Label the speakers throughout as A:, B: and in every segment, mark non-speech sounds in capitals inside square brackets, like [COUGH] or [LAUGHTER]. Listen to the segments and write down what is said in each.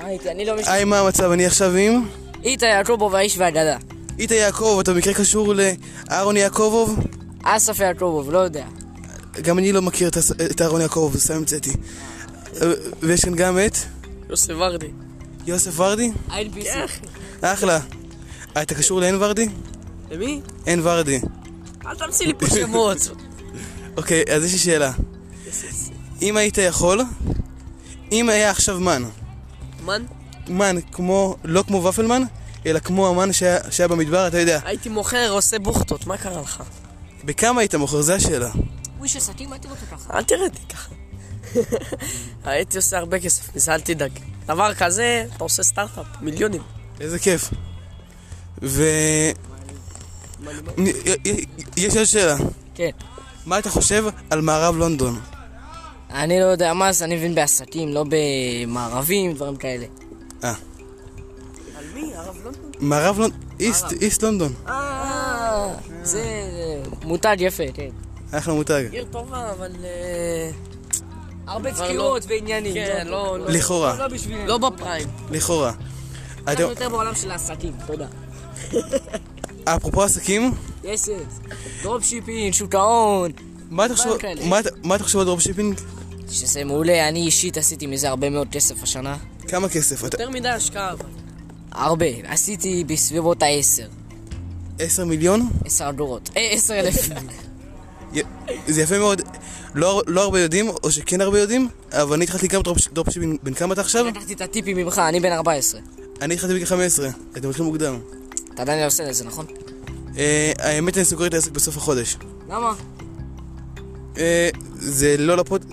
A: מה איתי? אני לא מש...
B: היי, מה המצב? אני עכשיו עם...
A: איתי יעקובוב, האיש והאגדה.
B: איתה יעקב, אתה במקרה קשור לאהרון יעקובוב?
A: אסף יעקובוב, לא יודע.
B: גם אני לא מכיר את הס- את אהרון יעקובוב, סתם המצאתי. אה, ויש כאן גם את
A: יוסף ורדי. כן.
B: יוסף ורדי?
A: עין ביסי.
B: אחלה. אה, אתה קשור לעין ורדי?
A: למי?
B: עין ורדי.
A: אל תמציא לי פה שמות.
B: אוקיי, אז יש לי שאלה. אם היית יכול, אם היה עכשיו מן,
A: מן?
B: מן כמו, לא כמו ופלמן, אלא כמו המן שהיה שהיה במדבר, אתה יודע.
A: הייתי מוכר, עושה בוכטות, מה קרה לך?
B: בכמה היית מוכר? זו השאלה.
A: הוא איש עסקים, הייתי עושה ככה. אל תראה אותי ככה. [LAUGHS] הייתי עושה הרבה כסף מזה, אל תדאג. דבר כזה, אתה עושה סטארט-אפ, מיליונים.
B: איזה כיף. ו... נ- י- י- יש עוד שאלה.
C: כן.
B: מה אתה חושב על מערב לונדון?
C: אני לא יודע מה זה, אני מבין בעסקים, לא במערבים, דברים כאלה.
A: על מי? הרב לונדון?
B: אה. מערב לונדון? איסט, איסט לונדון.
A: אה,
C: זה אה, מותג יפה, כן.
B: אחלה מותג.
A: עיר טובה, אבל... אה,
C: הרבה
A: כבר
C: צקיעות
A: לא.
C: ועניינים.
A: כן, לא... לא-
B: לכאורה.
C: לא בשבילנו.
A: לא בפריים.
B: לכאורה. אתם-
C: אנחנו יותר בעולם של העסקים, תודה.
B: אפרופו עסקים,
C: יס יס. דרופשיפינג, שוק ההון.
B: מה אתה חושב-
C: כאלה.
B: מה אתה- מה אתה חושב על דרופשיפינג?
C: שזה מעולה, אני אישית עשיתי מזה הרבה מאוד כסף השנה.
B: כמה כסף? אתה-
A: יותר מדי השקעה, אבל.
C: הרבה. עשיתי בסביבות ה-10.
B: 10 מיליון?
C: 10 אגורות. אה, 10 אלף. [LAUGHS]
B: י- זה יפה מאוד. לא הר- לא הרבה יודעים, או שכן הרבה יודעים, אבל אני התחלתי גם דרופש- דרופשיפינג. בן כמה אתה עכשיו?
C: לקחתי את הטיפים ממך, אני בן 14.
B: אני התחלתי בגיל 15. אתם מתחילים מוקדם.
C: אתה עדיין לא עושה את זה, נכון?
B: אה, האמת, אני סוגר את העסק בסוף החודש.
C: למה?
B: אה, זה לא לפוד...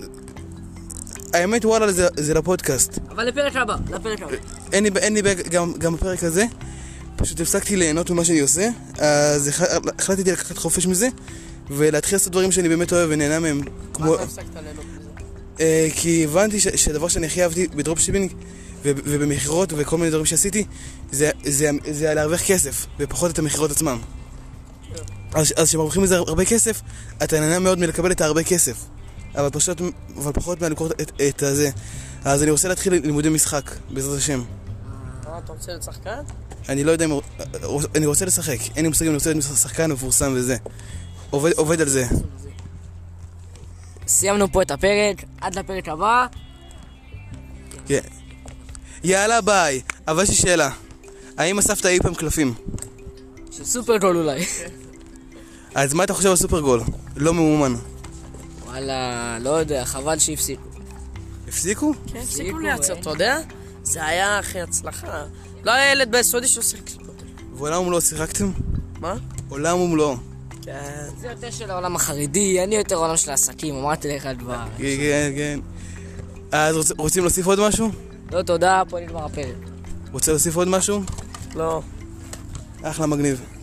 B: האמת וואלה זה, זה לפודקאסט.
C: אבל לפרק הבא, לפרק הבא.
B: אין לי, ב- אין לי בעיה גם, גם בפרק הזה. פשוט הפסקתי ליהנות ממה שאני עושה, אז הח, החלטתי לקחת חופש מזה, ולהתחיל לעשות דברים שאני באמת אוהב ונהנה מהם. כמו...
A: הפסקת ליהנות מזה?
B: אה, כי הבנתי ש, שהדבר שאני הכי אהבתי בדרופשיפינג ו- ובמכירות וכל מיני דברים שעשיתי, זה, זה, זה להרוויח כסף, ופחות את המכירות עצמם. אז אז כשמרוויחים מזה הרבה כסף, אתה נהנה מאוד מלקבל את ההרבה כסף. אבל פשוט, אבל פחות מהלקוחות את, את הזה. אז אני רוצה להתחיל לימודי משחק, בעזרת השם.
A: אה, אתה רוצה להיות שחקן?
B: אני לא יודע אם... אני רוצה לשחק. אין לי מושג אם אני רוצה להיות שחקן מפורסם וזה. עובד, עובד על זה.
C: סיימנו פה את הפרק, עד לפרק הבא.
B: כן. יאללה ביי. אבל יש לי שאלה. האם אספת אי פעם קלפים?
C: של סופרגול אולי.
B: אז מה אתה חושב על סופרגול? לא ממומן.
C: וואלה, לא יודע, חבל שהפסיקו.
B: הפסיקו?
A: כן,
C: הפסיקו
A: הפסיקו לייצר,
C: אה?
A: אתה יודע? זה היה אחרי הצלחה. לא היה ילד ביסודי שעושה קליפות.
B: ועולם ומלואו שיחקתם?
A: מה?
B: עולם ומלואו.
A: כן.
C: זה יותר של העולם החרדי, אני יותר העולם של העסקים, אמרתי לך כבר.
B: כן, כן, כן. אז רוצ- רוצים להוסיף עוד משהו?
C: לא, תודה, פה נגמר הפרק.
B: רוצה להוסיף עוד משהו?
A: לא.
B: אחלה מגניב.